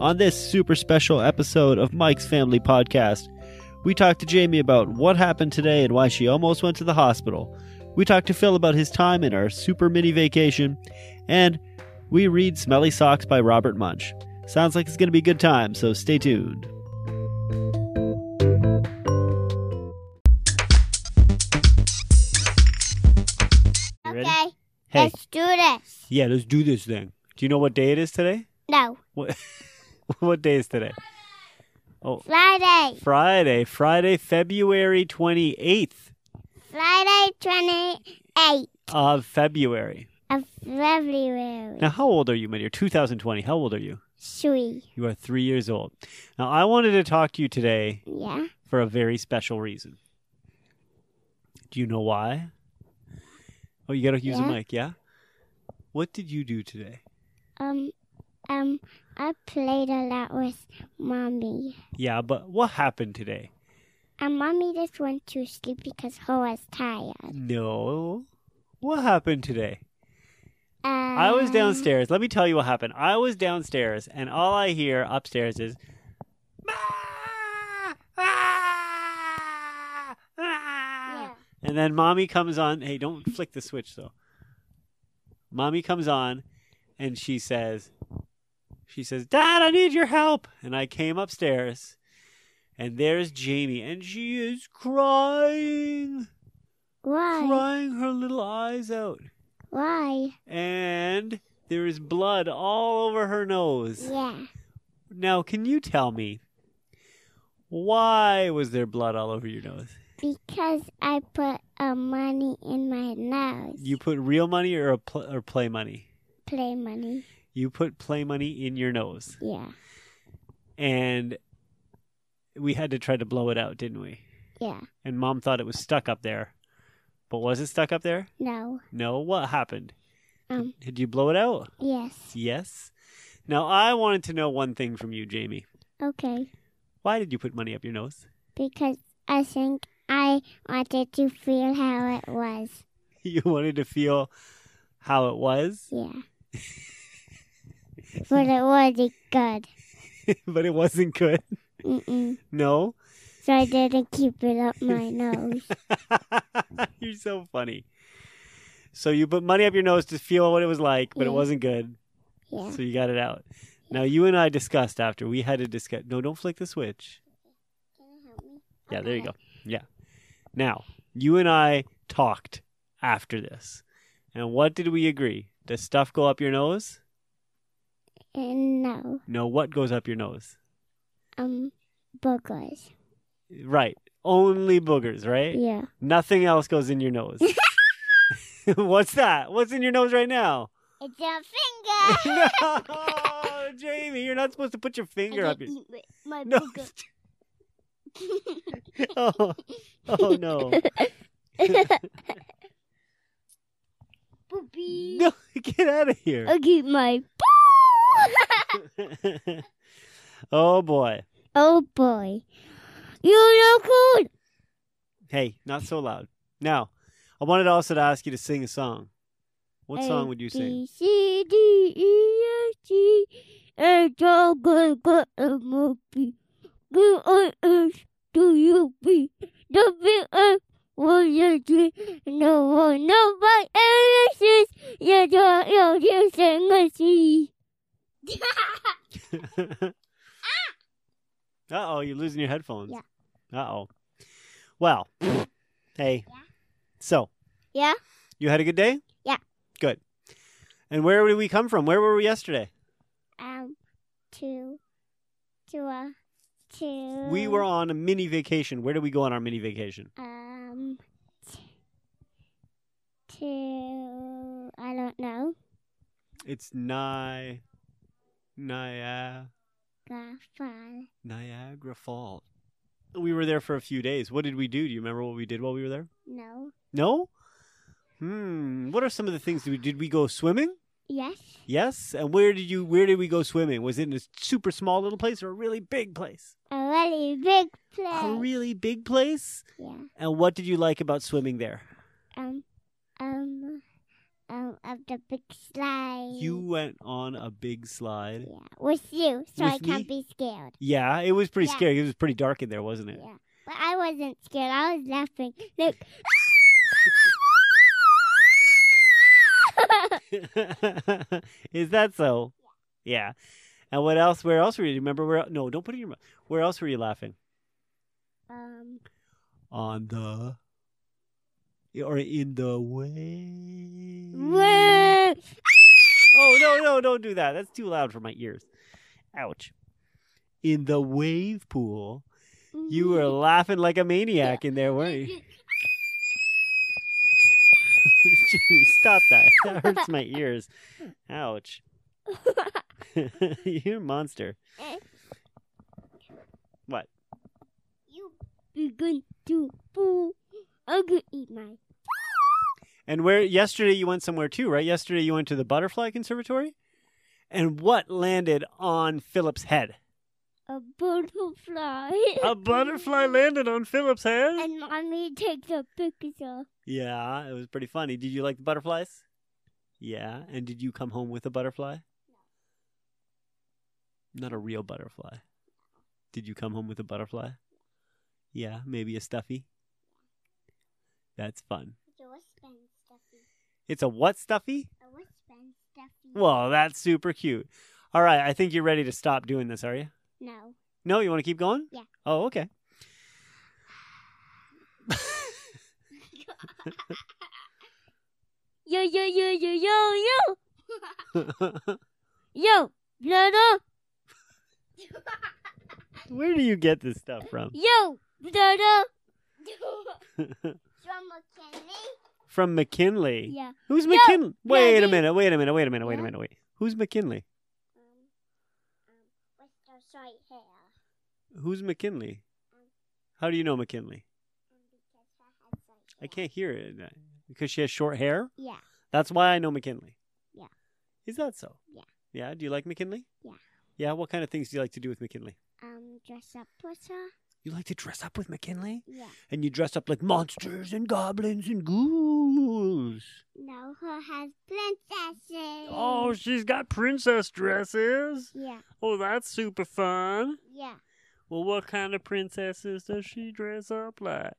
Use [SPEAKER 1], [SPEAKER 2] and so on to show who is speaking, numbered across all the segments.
[SPEAKER 1] On this super special episode of Mike's Family Podcast, we talked to Jamie about what happened today and why she almost went to the hospital. We talked to Phil about his time in our super mini vacation, and we read Smelly Socks by Robert Munch. Sounds like it's going to be a good time, so stay tuned. You ready?
[SPEAKER 2] Okay,
[SPEAKER 1] Hey.
[SPEAKER 2] let's do this.
[SPEAKER 1] Yeah, let's do this thing. Do you know what day it is today?
[SPEAKER 2] No,
[SPEAKER 1] What, what day is today?
[SPEAKER 2] Friday,
[SPEAKER 1] Friday, Friday, February 28th
[SPEAKER 2] Friday, 28th
[SPEAKER 1] of February.
[SPEAKER 2] of February.
[SPEAKER 1] Now, how old are you, my dear? 2020. How old are you?
[SPEAKER 2] Sweet.
[SPEAKER 1] You are three years old. Now, I wanted to talk to you today
[SPEAKER 2] Yeah,
[SPEAKER 1] for a very special reason. Do you know why? Oh, you got to use a
[SPEAKER 2] Yeah.
[SPEAKER 1] mic, yeah? What did you do today?
[SPEAKER 2] um, um, I played a lot with mommy.
[SPEAKER 1] Yeah, but what happened today?
[SPEAKER 2] And mommy just went to sleep because her was tired.
[SPEAKER 1] No. What happened today?
[SPEAKER 2] Um,
[SPEAKER 1] I was downstairs. Let me tell you what happened. I was downstairs, and all I hear upstairs is. "Ah! Ah! Ah!"
[SPEAKER 2] Yeah.
[SPEAKER 1] And then mommy comes on. Hey, don't flick the switch though. Mommy comes on and she says, she says, Dad, I need your help. And I came upstairs and there's Jamie and she is crying,
[SPEAKER 2] Why?
[SPEAKER 1] crying her little eyes out.
[SPEAKER 2] Why?
[SPEAKER 1] And there is blood all over her nose.
[SPEAKER 2] Yeah.
[SPEAKER 1] Now, can you tell me why was there blood all over your nose?
[SPEAKER 2] Because I put a money in my nose.
[SPEAKER 1] You put real money or a pl- or play money?
[SPEAKER 2] play money.
[SPEAKER 1] You put play money in your nose,
[SPEAKER 2] Yeah.
[SPEAKER 1] and we had to try to blow it out, didn't we?
[SPEAKER 2] Yeah.
[SPEAKER 1] And mom thought it was stuck up there, but was it stuck up there?
[SPEAKER 2] No.
[SPEAKER 1] No. What happened?
[SPEAKER 2] Um.
[SPEAKER 1] Did you blow it out?
[SPEAKER 2] Yes.
[SPEAKER 1] Yes. Now I wanted to know one thing from you, Jamie.
[SPEAKER 2] Okay.
[SPEAKER 1] Why did you put money up your nose?
[SPEAKER 2] because I think I wanted to feel how it was.
[SPEAKER 1] You wanted to feel how it was,
[SPEAKER 2] Yeah. but it wasn't good.
[SPEAKER 1] but it wasn't good.
[SPEAKER 2] Mm-mm.
[SPEAKER 1] No.
[SPEAKER 2] So I didn't keep it up my nose.
[SPEAKER 1] You're so funny. So you put money up your nose to feel what it was like, but it
[SPEAKER 2] Yeah.
[SPEAKER 1] wasn't good.
[SPEAKER 2] Yeah.
[SPEAKER 1] So you got it out. Now you and I discussed after we had to discuss. No, don't flick the switch. Yeah, there you go. Yeah. Now you and I talked after this, and what did we agree? Does stuff go up your nose?
[SPEAKER 2] And no,
[SPEAKER 1] No. What goes up your nose?
[SPEAKER 2] um, boogers.
[SPEAKER 1] Right. Only boogers. Right.
[SPEAKER 2] Yeah.
[SPEAKER 1] Nothing else goes in your nose. What's that? What's in your nose right now?
[SPEAKER 2] It's a finger.
[SPEAKER 1] no, Jamie, you're not supposed to put your finger up your.
[SPEAKER 2] my
[SPEAKER 1] No. oh, oh no. No, get out of here.
[SPEAKER 2] I keep my
[SPEAKER 1] oh boy.
[SPEAKER 2] oh boy, unicorn.
[SPEAKER 1] Hey, not so loud. Now, I wanted also to ask you to sing a song. What
[SPEAKER 2] A,
[SPEAKER 1] song would you sing?
[SPEAKER 2] B, C, D, E, F, G, H, I, J, K, L, M, P, Q, R, S, T, U, V, W, X, Y, Z, Z, No one, nobody else's. Yes, I am just sing a C.
[SPEAKER 1] uh oh, you're losing your headphones.
[SPEAKER 2] Yeah.
[SPEAKER 1] Uh oh. Well, hey.
[SPEAKER 2] Yeah.
[SPEAKER 1] So.
[SPEAKER 2] Yeah?
[SPEAKER 1] You had a good day?
[SPEAKER 2] Yeah.
[SPEAKER 1] Good. And where did we come from? Where were we yesterday?
[SPEAKER 2] Um, two, two, uh, two.
[SPEAKER 1] We were on a mini vacation. Where did we go on our mini vacation?
[SPEAKER 2] um, t- two. I don't know.
[SPEAKER 1] It's Ni Nia
[SPEAKER 2] Graph.
[SPEAKER 1] Niagara Falls. We were there for a few days. What did we do? Do you remember what we did while we were there?
[SPEAKER 2] No.
[SPEAKER 1] No? Hmm. What are some of the things that we did we go swimming?
[SPEAKER 2] Yes.
[SPEAKER 1] Yes. And where did you where did we go swimming? Was it in a super small little place or a really big place?
[SPEAKER 2] A really big place.
[SPEAKER 1] A really big place?
[SPEAKER 2] yeah.
[SPEAKER 1] And what did you like about swimming there?
[SPEAKER 2] Um. Um. um, of the big slide.
[SPEAKER 1] You went on a big slide.
[SPEAKER 2] Yeah, with you, so I
[SPEAKER 1] With
[SPEAKER 2] can't
[SPEAKER 1] me?
[SPEAKER 2] be scared.
[SPEAKER 1] Yeah, it was pretty
[SPEAKER 2] Yeah.
[SPEAKER 1] scary. It was pretty dark in there, wasn't it?
[SPEAKER 2] Yeah, but I wasn't scared. I was laughing. Look.
[SPEAKER 1] Is that so? Yeah. And what else? Where else were you? Remember where? No, don't put it in your mouth. Where else were you laughing?
[SPEAKER 2] um,
[SPEAKER 1] On the or in the way.
[SPEAKER 2] whoa.
[SPEAKER 1] Oh no, no, don't do that. That's too loud for my ears. Ouch. In the wave pool, you were laughing like a maniac in there, weren't you? Jimmy, stop that. That hurts my ears. Ouch. You're a monster. What?
[SPEAKER 2] You begin to poo. I'm gonna eat my.
[SPEAKER 1] And where yesterday you went somewhere too, right? Yesterday you went to the Butterfly Conservatory? And what landed on Philip's head?
[SPEAKER 2] A butterfly.
[SPEAKER 1] A butterfly landed on Philip's head?
[SPEAKER 2] And mommy takes a picture.
[SPEAKER 1] Yeah, it was pretty funny. Did you like the butterflies? Yeah. And did you come home with a butterfly? Not a real butterfly. Did you come home with a butterfly? Yeah, maybe a stuffy. That's fun.
[SPEAKER 2] It's a wristband stuffy.
[SPEAKER 1] It's a what stuffy?
[SPEAKER 2] A wristband stuffy.
[SPEAKER 1] Well, that's super cute. All right, I think you're ready to stop doing this, are you?
[SPEAKER 2] No.
[SPEAKER 1] No, you want to keep going?
[SPEAKER 2] Yeah.
[SPEAKER 1] Oh, okay.
[SPEAKER 2] Yo, yo, yo, yo, yo, yo. Yo, brother.
[SPEAKER 1] Where do you get this stuff from?
[SPEAKER 2] Yo, brother. From
[SPEAKER 1] from McKinley.
[SPEAKER 2] Yeah.
[SPEAKER 1] Who's
[SPEAKER 2] Yo,
[SPEAKER 1] McKinley? Wait a
[SPEAKER 2] Daddy.
[SPEAKER 1] minute. Wait a minute. Wait a minute. Wait a
[SPEAKER 2] Yeah.
[SPEAKER 1] minute. Wait. Who's McKinley?
[SPEAKER 2] Um, um, with the short hair.
[SPEAKER 1] Who's McKinley? How do you know McKinley?
[SPEAKER 2] Um, because I have short hair.
[SPEAKER 1] I can't hear it because she has short hair.
[SPEAKER 2] Yeah.
[SPEAKER 1] That's why I know McKinley.
[SPEAKER 2] Yeah.
[SPEAKER 1] Is that so?
[SPEAKER 2] Yeah.
[SPEAKER 1] Yeah. Do you like McKinley?
[SPEAKER 2] Yeah.
[SPEAKER 1] Yeah. What kind of things do you like to do with McKinley?
[SPEAKER 2] Um, dress up with her.
[SPEAKER 1] You like to dress up with McKinley,
[SPEAKER 2] Yeah.
[SPEAKER 1] and you dress up like monsters and goblins and ghouls.
[SPEAKER 2] No, her has princesses.
[SPEAKER 1] Oh, she's got princess dresses.
[SPEAKER 2] Yeah,
[SPEAKER 1] Oh, that's super fun.
[SPEAKER 2] yeah.
[SPEAKER 1] Well, what kind of princesses does she dress up like?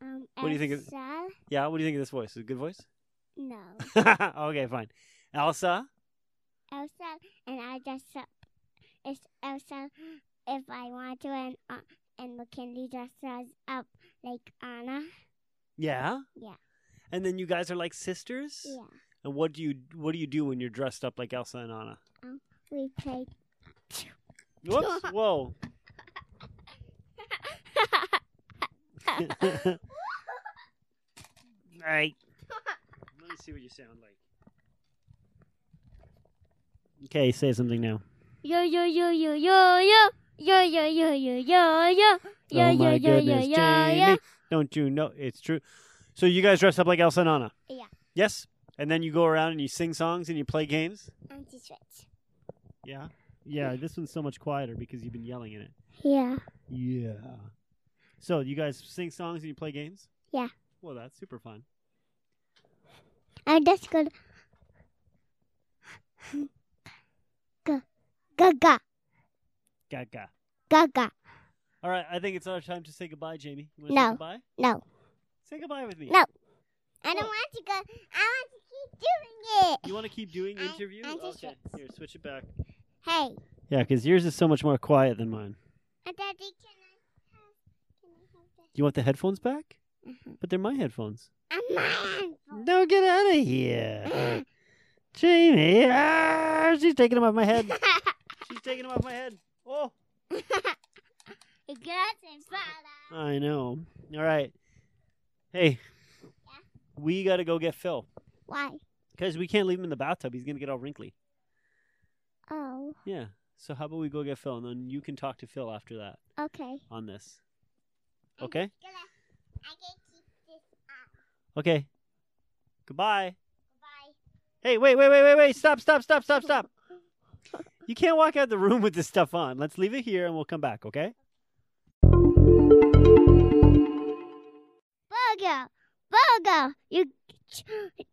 [SPEAKER 2] Um,
[SPEAKER 1] What do you think of-
[SPEAKER 2] Elsa?
[SPEAKER 1] Yeah, what do you think of this voice? Is it a good voice?
[SPEAKER 2] No,
[SPEAKER 1] okay, fine. Elsa?
[SPEAKER 2] Elsa, and I dress up. It's Elsa if I want to, and uh, and McKinley dresses up like Anna.
[SPEAKER 1] Yeah?
[SPEAKER 2] Yeah.
[SPEAKER 1] And then you guys are like sisters?
[SPEAKER 2] Yeah,
[SPEAKER 1] And what do you what do you do when you're dressed up like Elsa and Anna?
[SPEAKER 2] we play.
[SPEAKER 1] Whoops, whoa. All right. Let me see what you sound like. Okay, say something now.
[SPEAKER 2] yo yo yo yo yo yo. Yo yo yo yo yo yo yo
[SPEAKER 1] oh my
[SPEAKER 2] yo yo yo
[SPEAKER 1] goodness,
[SPEAKER 2] yo
[SPEAKER 1] Jamie.
[SPEAKER 2] yo.
[SPEAKER 1] Don't you know it's true? So you guys dress up like Elsa and Anna?
[SPEAKER 2] Yeah.
[SPEAKER 1] Yes? And then you go around and you sing songs and you play games?
[SPEAKER 2] Auntie Switch.
[SPEAKER 1] Yeah. Yeah, this one's so much quieter because you've been yelling in it.
[SPEAKER 2] Yeah.
[SPEAKER 1] Yeah. So you guys sing songs and you play games?
[SPEAKER 2] Yeah.
[SPEAKER 1] Well, that's super fun.
[SPEAKER 2] I just go ga ga ga
[SPEAKER 1] Gaga.
[SPEAKER 2] ga ga.
[SPEAKER 1] All right, I think it's our time to say goodbye, Jamie. You wanna
[SPEAKER 2] No.
[SPEAKER 1] Say goodbye?
[SPEAKER 2] No,
[SPEAKER 1] Say goodbye with me.
[SPEAKER 2] No. I
[SPEAKER 1] don't
[SPEAKER 2] don't want to go. I want to keep doing it.
[SPEAKER 1] You want to keep doing
[SPEAKER 2] I-
[SPEAKER 1] interviews?
[SPEAKER 2] I just
[SPEAKER 1] okay. Here, switch it back.
[SPEAKER 2] Hey,
[SPEAKER 1] Yeah, because yours is so much more quiet than mine.
[SPEAKER 2] and Daddy, can I have? Can I have this?
[SPEAKER 1] You want the headphones back?
[SPEAKER 2] Mhm.
[SPEAKER 1] But they're my headphones.
[SPEAKER 2] I'm my
[SPEAKER 1] No, get out of here. Jamie, ah, she's taking them off my head. She's taking them off my head. Oh,
[SPEAKER 2] Girls and father.
[SPEAKER 1] I know. All right. Hey, we got to go get Phil
[SPEAKER 2] Why?
[SPEAKER 1] because we can't leave him in the bathtub. He's going to get all wrinkly.
[SPEAKER 2] Oh,
[SPEAKER 1] Yeah. So, how about we go get Phil and then you can talk to Phil after that
[SPEAKER 2] okay.
[SPEAKER 1] on this? Okay?
[SPEAKER 2] I can keep this up.
[SPEAKER 1] Okay. Goodbye.
[SPEAKER 2] Bye.
[SPEAKER 1] Hey, wait, wait, wait, wait, wait. Stop, stop, stop, stop, stop. You can't walk out the room with this stuff on. Let's leave it here and we'll come back, okay?
[SPEAKER 2] Bogo, Bogo, you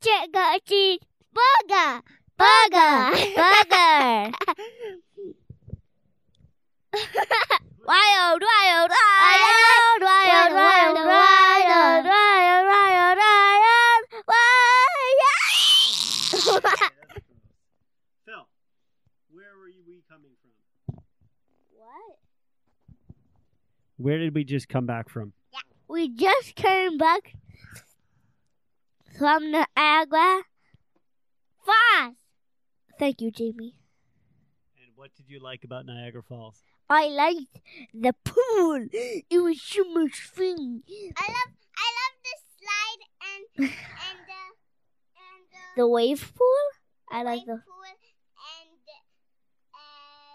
[SPEAKER 2] check out these Burger. Burger.
[SPEAKER 3] Burger. Wild, wild, wild, wild, wild, wild, wild, wild, wild, wild.
[SPEAKER 1] Phil, where were we coming from?
[SPEAKER 3] What?
[SPEAKER 1] Where did we just come back from?
[SPEAKER 3] We just came back from the agua.
[SPEAKER 2] Fast.
[SPEAKER 3] Thank you, Jamie.
[SPEAKER 1] And what did you like about Niagara Falls?
[SPEAKER 3] I liked the pool. It was so much fun.
[SPEAKER 2] I love I love the slide and and the and
[SPEAKER 3] The wave pool? I like the
[SPEAKER 2] pool and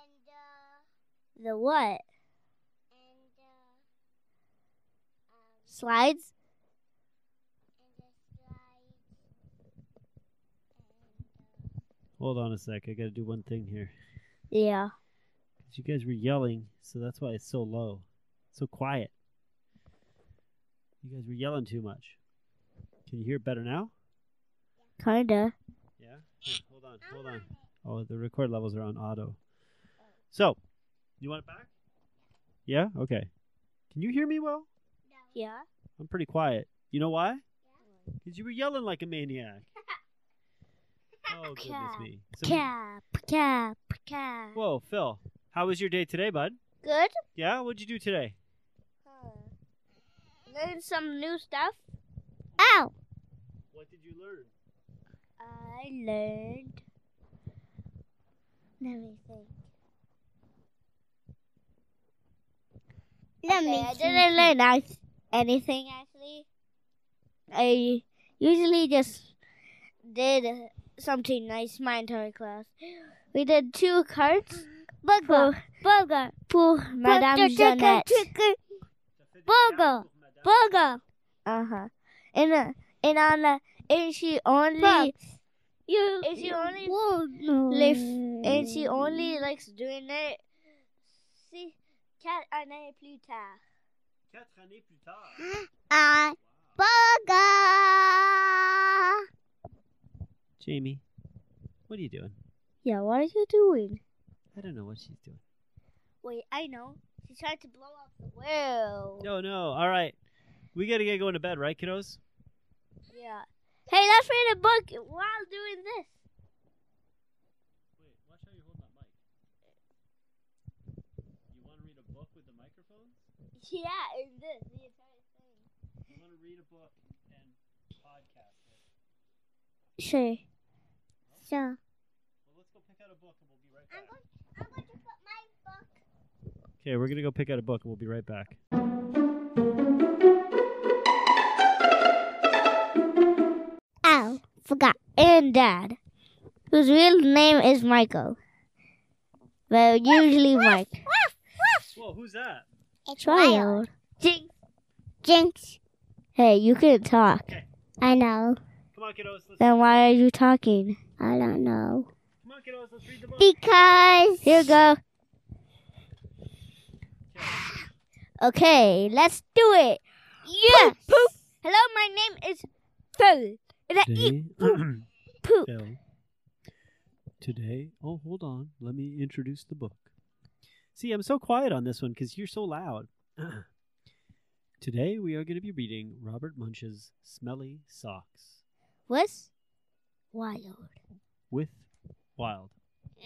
[SPEAKER 2] and uh,
[SPEAKER 3] the what?
[SPEAKER 2] and uh, um,
[SPEAKER 3] Slides?
[SPEAKER 2] and the slide and
[SPEAKER 1] Hold on a sec. I got to do one thing here.
[SPEAKER 3] Yeah.
[SPEAKER 1] 'Cause you guys were yelling, so that's why it's so low, so quiet. You guys were yelling too much. Can you hear it better now?
[SPEAKER 3] Kinda.
[SPEAKER 1] Yeah. Here, hold on.
[SPEAKER 2] uh, um,
[SPEAKER 1] Hold on. Oh, the record levels are on auto. So, you want it back? Yeah. Okay. Can you hear me well?
[SPEAKER 3] Yeah.
[SPEAKER 1] I'm pretty quiet. You know why? Because you were yelling like a maniac. Oh goodness
[SPEAKER 3] Cat.
[SPEAKER 1] me. So-
[SPEAKER 3] Cap, cap, cap.
[SPEAKER 1] whoa, Phil. How was your day today, bud?
[SPEAKER 3] Good.
[SPEAKER 1] Yeah. What'd you do today?
[SPEAKER 3] Learn some new stuff.
[SPEAKER 2] Ow!
[SPEAKER 1] What did you learn?
[SPEAKER 3] I learned. Let me think.
[SPEAKER 2] Let me
[SPEAKER 3] I
[SPEAKER 2] see.
[SPEAKER 3] didn't learn ac- anything actually. I usually just did something nice my entire class. We did two cards
[SPEAKER 2] Burger.
[SPEAKER 3] for,
[SPEAKER 2] Burger.
[SPEAKER 3] for
[SPEAKER 2] Burger,
[SPEAKER 3] Madame
[SPEAKER 2] chicken,
[SPEAKER 3] Jeanette.
[SPEAKER 2] chicken, Burger. Burger.
[SPEAKER 3] Uh huh. And uh, and on uh, and she only
[SPEAKER 2] Pop. You.
[SPEAKER 3] Is she
[SPEAKER 2] you
[SPEAKER 3] only
[SPEAKER 2] won't
[SPEAKER 3] live
[SPEAKER 2] know.
[SPEAKER 3] and she only likes doing it. See, cat année plus tard.
[SPEAKER 2] I burger.
[SPEAKER 1] Jamie, what are you doing?
[SPEAKER 3] Yeah, what are you doing?
[SPEAKER 1] I don't know what she's doing.
[SPEAKER 3] Wait, I know. She's trying to blow up the world.
[SPEAKER 1] No, no. All right. We got to get going to bed, right, kiddos?
[SPEAKER 3] Yeah. Hey, let's read a book while doing this.
[SPEAKER 1] Wait, watch how you hold that mic. You want to read a book with the microphone?
[SPEAKER 3] Yeah, and this the entire thing.
[SPEAKER 1] You want to read a book and podcast it.
[SPEAKER 3] Sure.
[SPEAKER 2] So
[SPEAKER 1] Well, let's go pick out a book and we'll be right
[SPEAKER 2] I'm going. I'm going to put my book.
[SPEAKER 1] Okay, we're going to go pick out a book and we'll be right back.
[SPEAKER 2] Ow! Forgot.
[SPEAKER 3] And Dad, whose real name is Michael, but usually Mike.
[SPEAKER 1] Whoa, who's that?
[SPEAKER 2] It's
[SPEAKER 3] Child. Jinx.
[SPEAKER 2] Jinx.
[SPEAKER 3] Hey, you can talk.
[SPEAKER 2] I know.
[SPEAKER 1] Come on, kiddos. Let's,
[SPEAKER 3] Then why are you talking?
[SPEAKER 2] I don't know.
[SPEAKER 1] come on, kiddos. Let's read the book.
[SPEAKER 2] Because
[SPEAKER 3] Here you go. Okay, let's do it.
[SPEAKER 2] Yes.
[SPEAKER 3] Poop. Hello, my name is Phil. And I eat
[SPEAKER 1] Today,
[SPEAKER 3] poop.
[SPEAKER 1] Phil, today, oh, hold on. Let me introduce the book. See, I'm so quiet on this one because you're so loud. today, we are going to be reading Robert Munch's Smelly Socks
[SPEAKER 3] What's wild?
[SPEAKER 1] with Wild.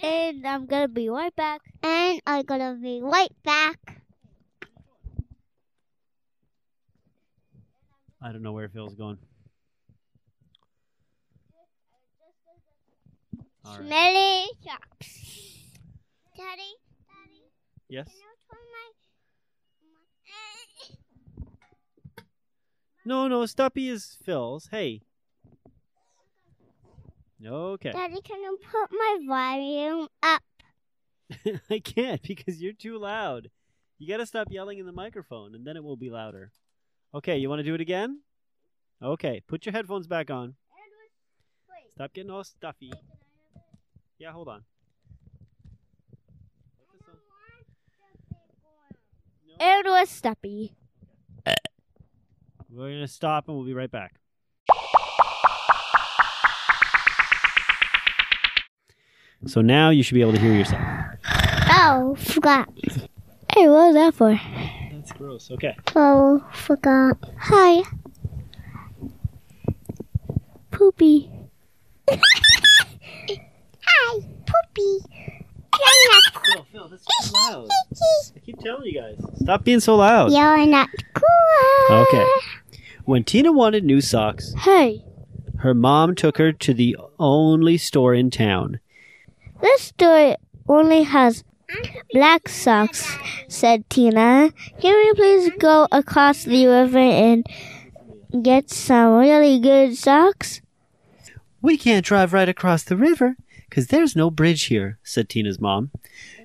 [SPEAKER 3] And I'm gonna be right back.
[SPEAKER 2] and I'm gonna be right back.
[SPEAKER 1] I don't know where Phil's going. All right.
[SPEAKER 2] Smelly socks. Daddy, Daddy,
[SPEAKER 1] Yes?
[SPEAKER 2] can you turn my?
[SPEAKER 1] No, no, Stumpy is Phil's. Hey. Okay.
[SPEAKER 2] Daddy, can you put my volume up?
[SPEAKER 1] I can't because you're too loud. You got to stop yelling in the microphone and then it will be louder. Okay, you want to do it again? Okay, put your headphones back on. Stop getting all stuffy. Yeah, hold on. Put this on. No.
[SPEAKER 3] And was Stumpy.
[SPEAKER 1] We're going to stop and we'll be right back. So now you should be able to hear yourself.
[SPEAKER 3] Oh, forgot. Hey, what was that for?
[SPEAKER 1] That's gross. Okay.
[SPEAKER 3] Oh, forgot. Hi. Poopy. Hi, Poopy.
[SPEAKER 1] Phil, Phil, that's too loud. I keep telling you guys. Stop being so loud.
[SPEAKER 3] You're not cool.
[SPEAKER 1] Okay. When Tina wanted new socks,
[SPEAKER 3] Hey,
[SPEAKER 1] her mom took her to the only store in town.
[SPEAKER 3] this story only has black socks, said Tina. Can we please go across the river and get some really good socks?
[SPEAKER 1] We can't drive right across the river, 'cause there's no bridge here, said Tina's mom.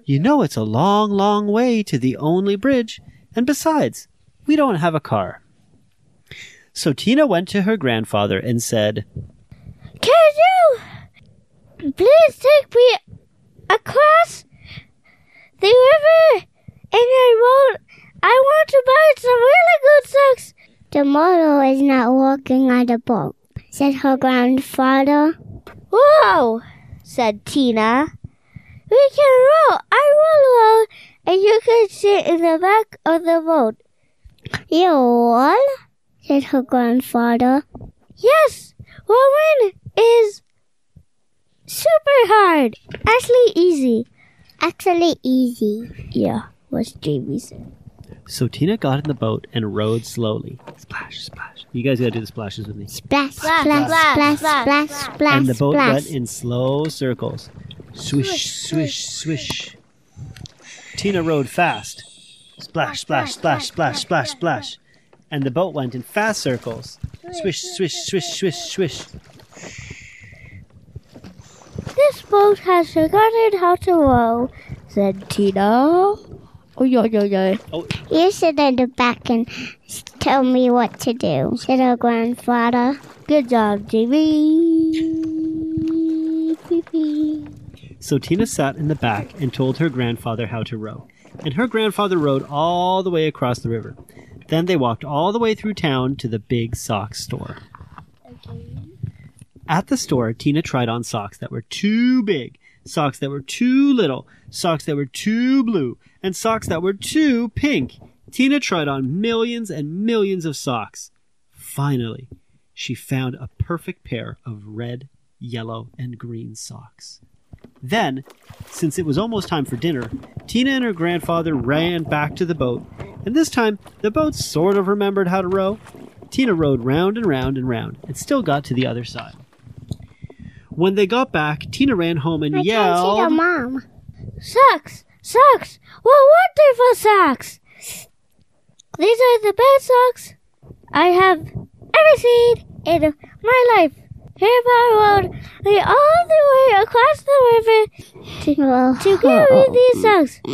[SPEAKER 1] You know it's a long, long way to the only bridge, and besides, we don't have a car. So Tina went to her grandfather and said,
[SPEAKER 3] Can you please take me across the river? And I won't. I want to buy some really good socks.
[SPEAKER 2] The model is not walking on the boat, said her grandfather.
[SPEAKER 3] Whoa, said Tina. We can row. I will row, and you can sit in the back of the boat.
[SPEAKER 2] You all? said her grandfather.
[SPEAKER 3] Yes, rowing is super hard. Actually, easy.
[SPEAKER 2] Actually, easy.
[SPEAKER 3] Yeah, was Jamie said.
[SPEAKER 1] So Tina got in the boat and rowed slowly. Splash, splash. You guys gotta do the splashes with me.
[SPEAKER 2] Splash,
[SPEAKER 3] Splash,
[SPEAKER 2] splash, splash,
[SPEAKER 3] splash,
[SPEAKER 2] splash,
[SPEAKER 3] splash,
[SPEAKER 2] splash, splash.
[SPEAKER 1] and the boat went in slow circles. Swish, swish, swish. Tina rowed fast. Splash, splash, splash, splash, splash, splash. And the boat went in fast circles. Swish, swish, swish, swish, swish.
[SPEAKER 3] This boat has forgotten how to row, said Tina. Oh, yeah, yeah, yeah.
[SPEAKER 2] You sit in the back and s- tell me what to do, said her grandfather.
[SPEAKER 3] Good job, Jamie. Beep, beep.
[SPEAKER 1] So Tina sat in the back and told her grandfather how to row. And her grandfather rowed all the way across the river. Then they walked all the way through town to the big sock store. At the store, Tina tried on socks that were too big, socks that were too little, socks that were too blue, and socks that were too pink. Tina tried on millions and millions of socks. Finally, she found a perfect pair of red, yellow, and green socks. Then, since it was almost time for dinner, Tina and her grandfather ran back to the boat, and this time the boat sort of remembered how to row. Tina rowed round and round and round and still got to the other side. When they got back, Tina ran home and
[SPEAKER 2] I
[SPEAKER 1] yelled.
[SPEAKER 2] can't see the mom.
[SPEAKER 3] Socks, socks. What wonderful socks! These are the best socks I have ever seen in my life. Here I rode the- all the way across the river
[SPEAKER 2] Well,
[SPEAKER 3] to give me these socks. I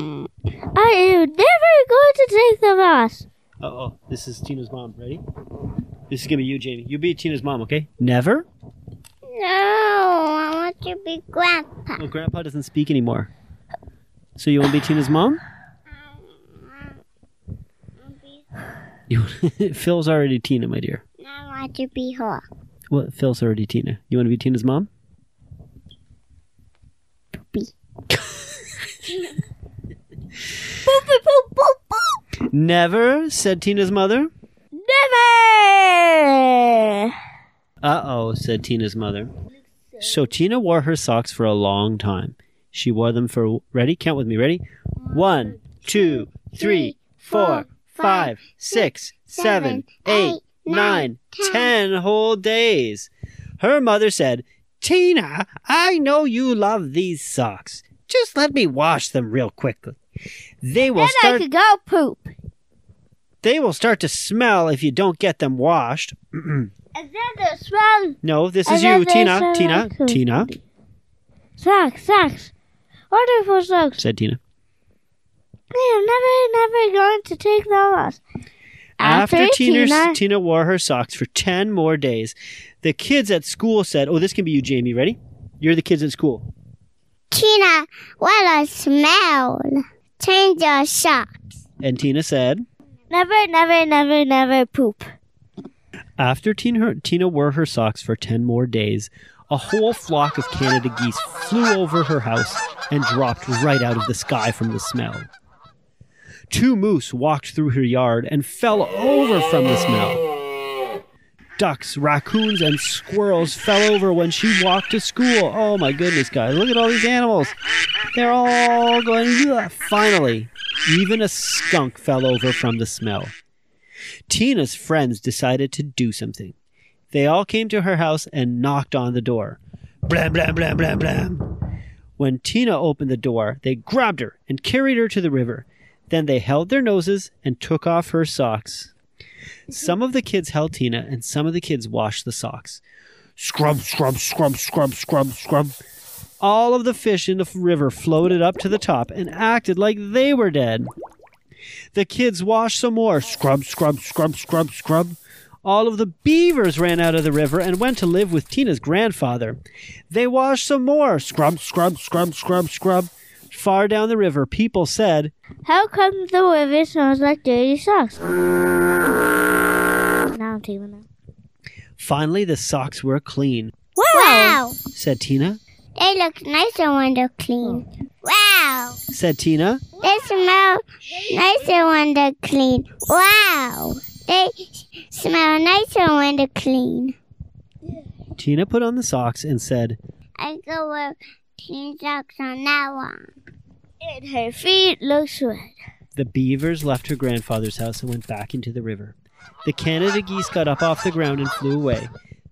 [SPEAKER 3] am never going to take them off.
[SPEAKER 1] Uh oh, this is Tina's mom. Ready? This is gonna be you, Jamie. You be Tina's mom, okay? Never?
[SPEAKER 2] No, I want to be grandpa.
[SPEAKER 1] Well, Grandpa doesn't speak anymore. So you wanna be Tina's mom? You, Phil's already Tina, my dear.
[SPEAKER 2] I want to be her.
[SPEAKER 1] Well, Phil's already Tina. You wanna be Tina's mom?
[SPEAKER 2] Poopy.
[SPEAKER 1] Never, said Tina's mother.
[SPEAKER 3] Never!
[SPEAKER 1] Uh oh, said Tina's mother. So Tina wore her socks for a long time. She wore them for, ready? Count with me, ready? One, two, three, four, five, six, seven, eight, nine, ten whole days. Her mother said, Tina, I know you love these socks. Just let me wash them real quickly. They will
[SPEAKER 3] Then I
[SPEAKER 1] start
[SPEAKER 3] could go poop.
[SPEAKER 1] they will start to smell if you don't get them washed.
[SPEAKER 3] And then the smell
[SPEAKER 1] no, this
[SPEAKER 3] And
[SPEAKER 1] is you,
[SPEAKER 3] then they
[SPEAKER 1] Tina,
[SPEAKER 3] smell
[SPEAKER 1] Tina,
[SPEAKER 3] like poop.
[SPEAKER 1] Tina,
[SPEAKER 3] socks, socks. Wonderful socks.
[SPEAKER 1] said Tina.
[SPEAKER 3] I am never, never going to take the loss.
[SPEAKER 1] After Tina,
[SPEAKER 3] Tina,
[SPEAKER 1] Tina wore her socks for 10 more days, the kids at school said, Oh, this can be you, Jamie. Ready? You're the kids at school.
[SPEAKER 2] Tina, what a smell. Change your sock.
[SPEAKER 1] And Tina said,
[SPEAKER 3] never, never, never, never poop.
[SPEAKER 1] After Tina, Tina wore her socks for 10 more days, a whole flock of Canada geese flew over her house and dropped right out of the sky from the smell. Two moose walked through her yard and fell over from the smell. Ducks, raccoons, and squirrels fell over when she walked to school. Oh my goodness, guys, look at all these animals. They're all going, "Ugh." finally. Even a skunk fell over from the smell. Tina's friends decided to do something. They all came to her house and knocked on the door. Blam, blam, blam, blam, blam. When Tina opened the door, they grabbed her and carried her to the river. Then they held their noses and took off her socks. Some of the kids held Tina and some of the kids washed the socks. Scrub, scrub, scrub, scrub, scrub, scrub. All of the fish in the river floated up to the top and acted like they were dead. The kids washed some more. Scrub, scrub, scrub, scrub, scrub. All of the beavers ran out of the river and went to live with Tina's grandfather. They washed some more. Scrub, scrub, scrub, scrub, scrub. Far down the river, people said,
[SPEAKER 2] How come the river smells like dirty socks? Now I'm taking them.
[SPEAKER 1] Finally, the socks were clean,
[SPEAKER 2] Wow.
[SPEAKER 1] said Tina.
[SPEAKER 2] They look nicer when they're clean. Wow.
[SPEAKER 1] Said Tina.
[SPEAKER 2] They smell nicer when they're clean. Wow. They smell nicer when they're clean.
[SPEAKER 1] Tina put on the socks and said,
[SPEAKER 2] I go with clean socks on that one. And her feet look red.
[SPEAKER 1] The beavers left her grandfather's house and went back into the river. The Canada geese got up off the ground and flew away.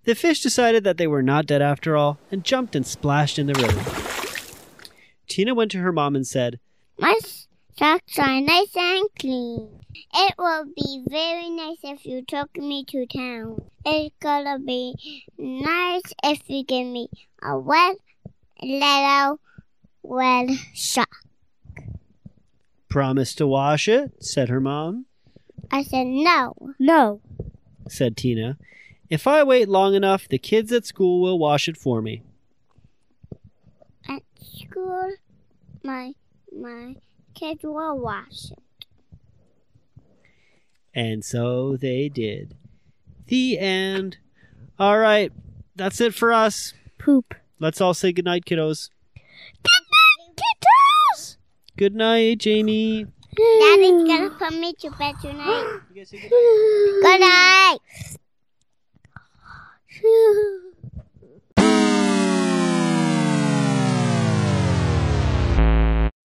[SPEAKER 1] The fish decided that they were not dead after all and jumped and splashed in the river. Tina went to her mom and said,
[SPEAKER 2] My s- socks are nice and clean. It will be very nice if you took me to town. It's gonna be nice if you give me a wet little red sock.
[SPEAKER 1] Promise to wash it, said her mom.
[SPEAKER 2] I said no.
[SPEAKER 3] No.
[SPEAKER 1] Said Tina, If I wait long enough, the kids at school will wash it for me.
[SPEAKER 2] At school, my my kids will wash it.
[SPEAKER 1] And so they did. The end. All right, that's it for us.
[SPEAKER 3] Poop.
[SPEAKER 1] Let's all say goodnight, kiddos.
[SPEAKER 2] Kiddos!
[SPEAKER 1] Good night, Jamie.
[SPEAKER 2] Daddy's gonna put me to bed tonight.
[SPEAKER 1] You guys say good-
[SPEAKER 2] Good night.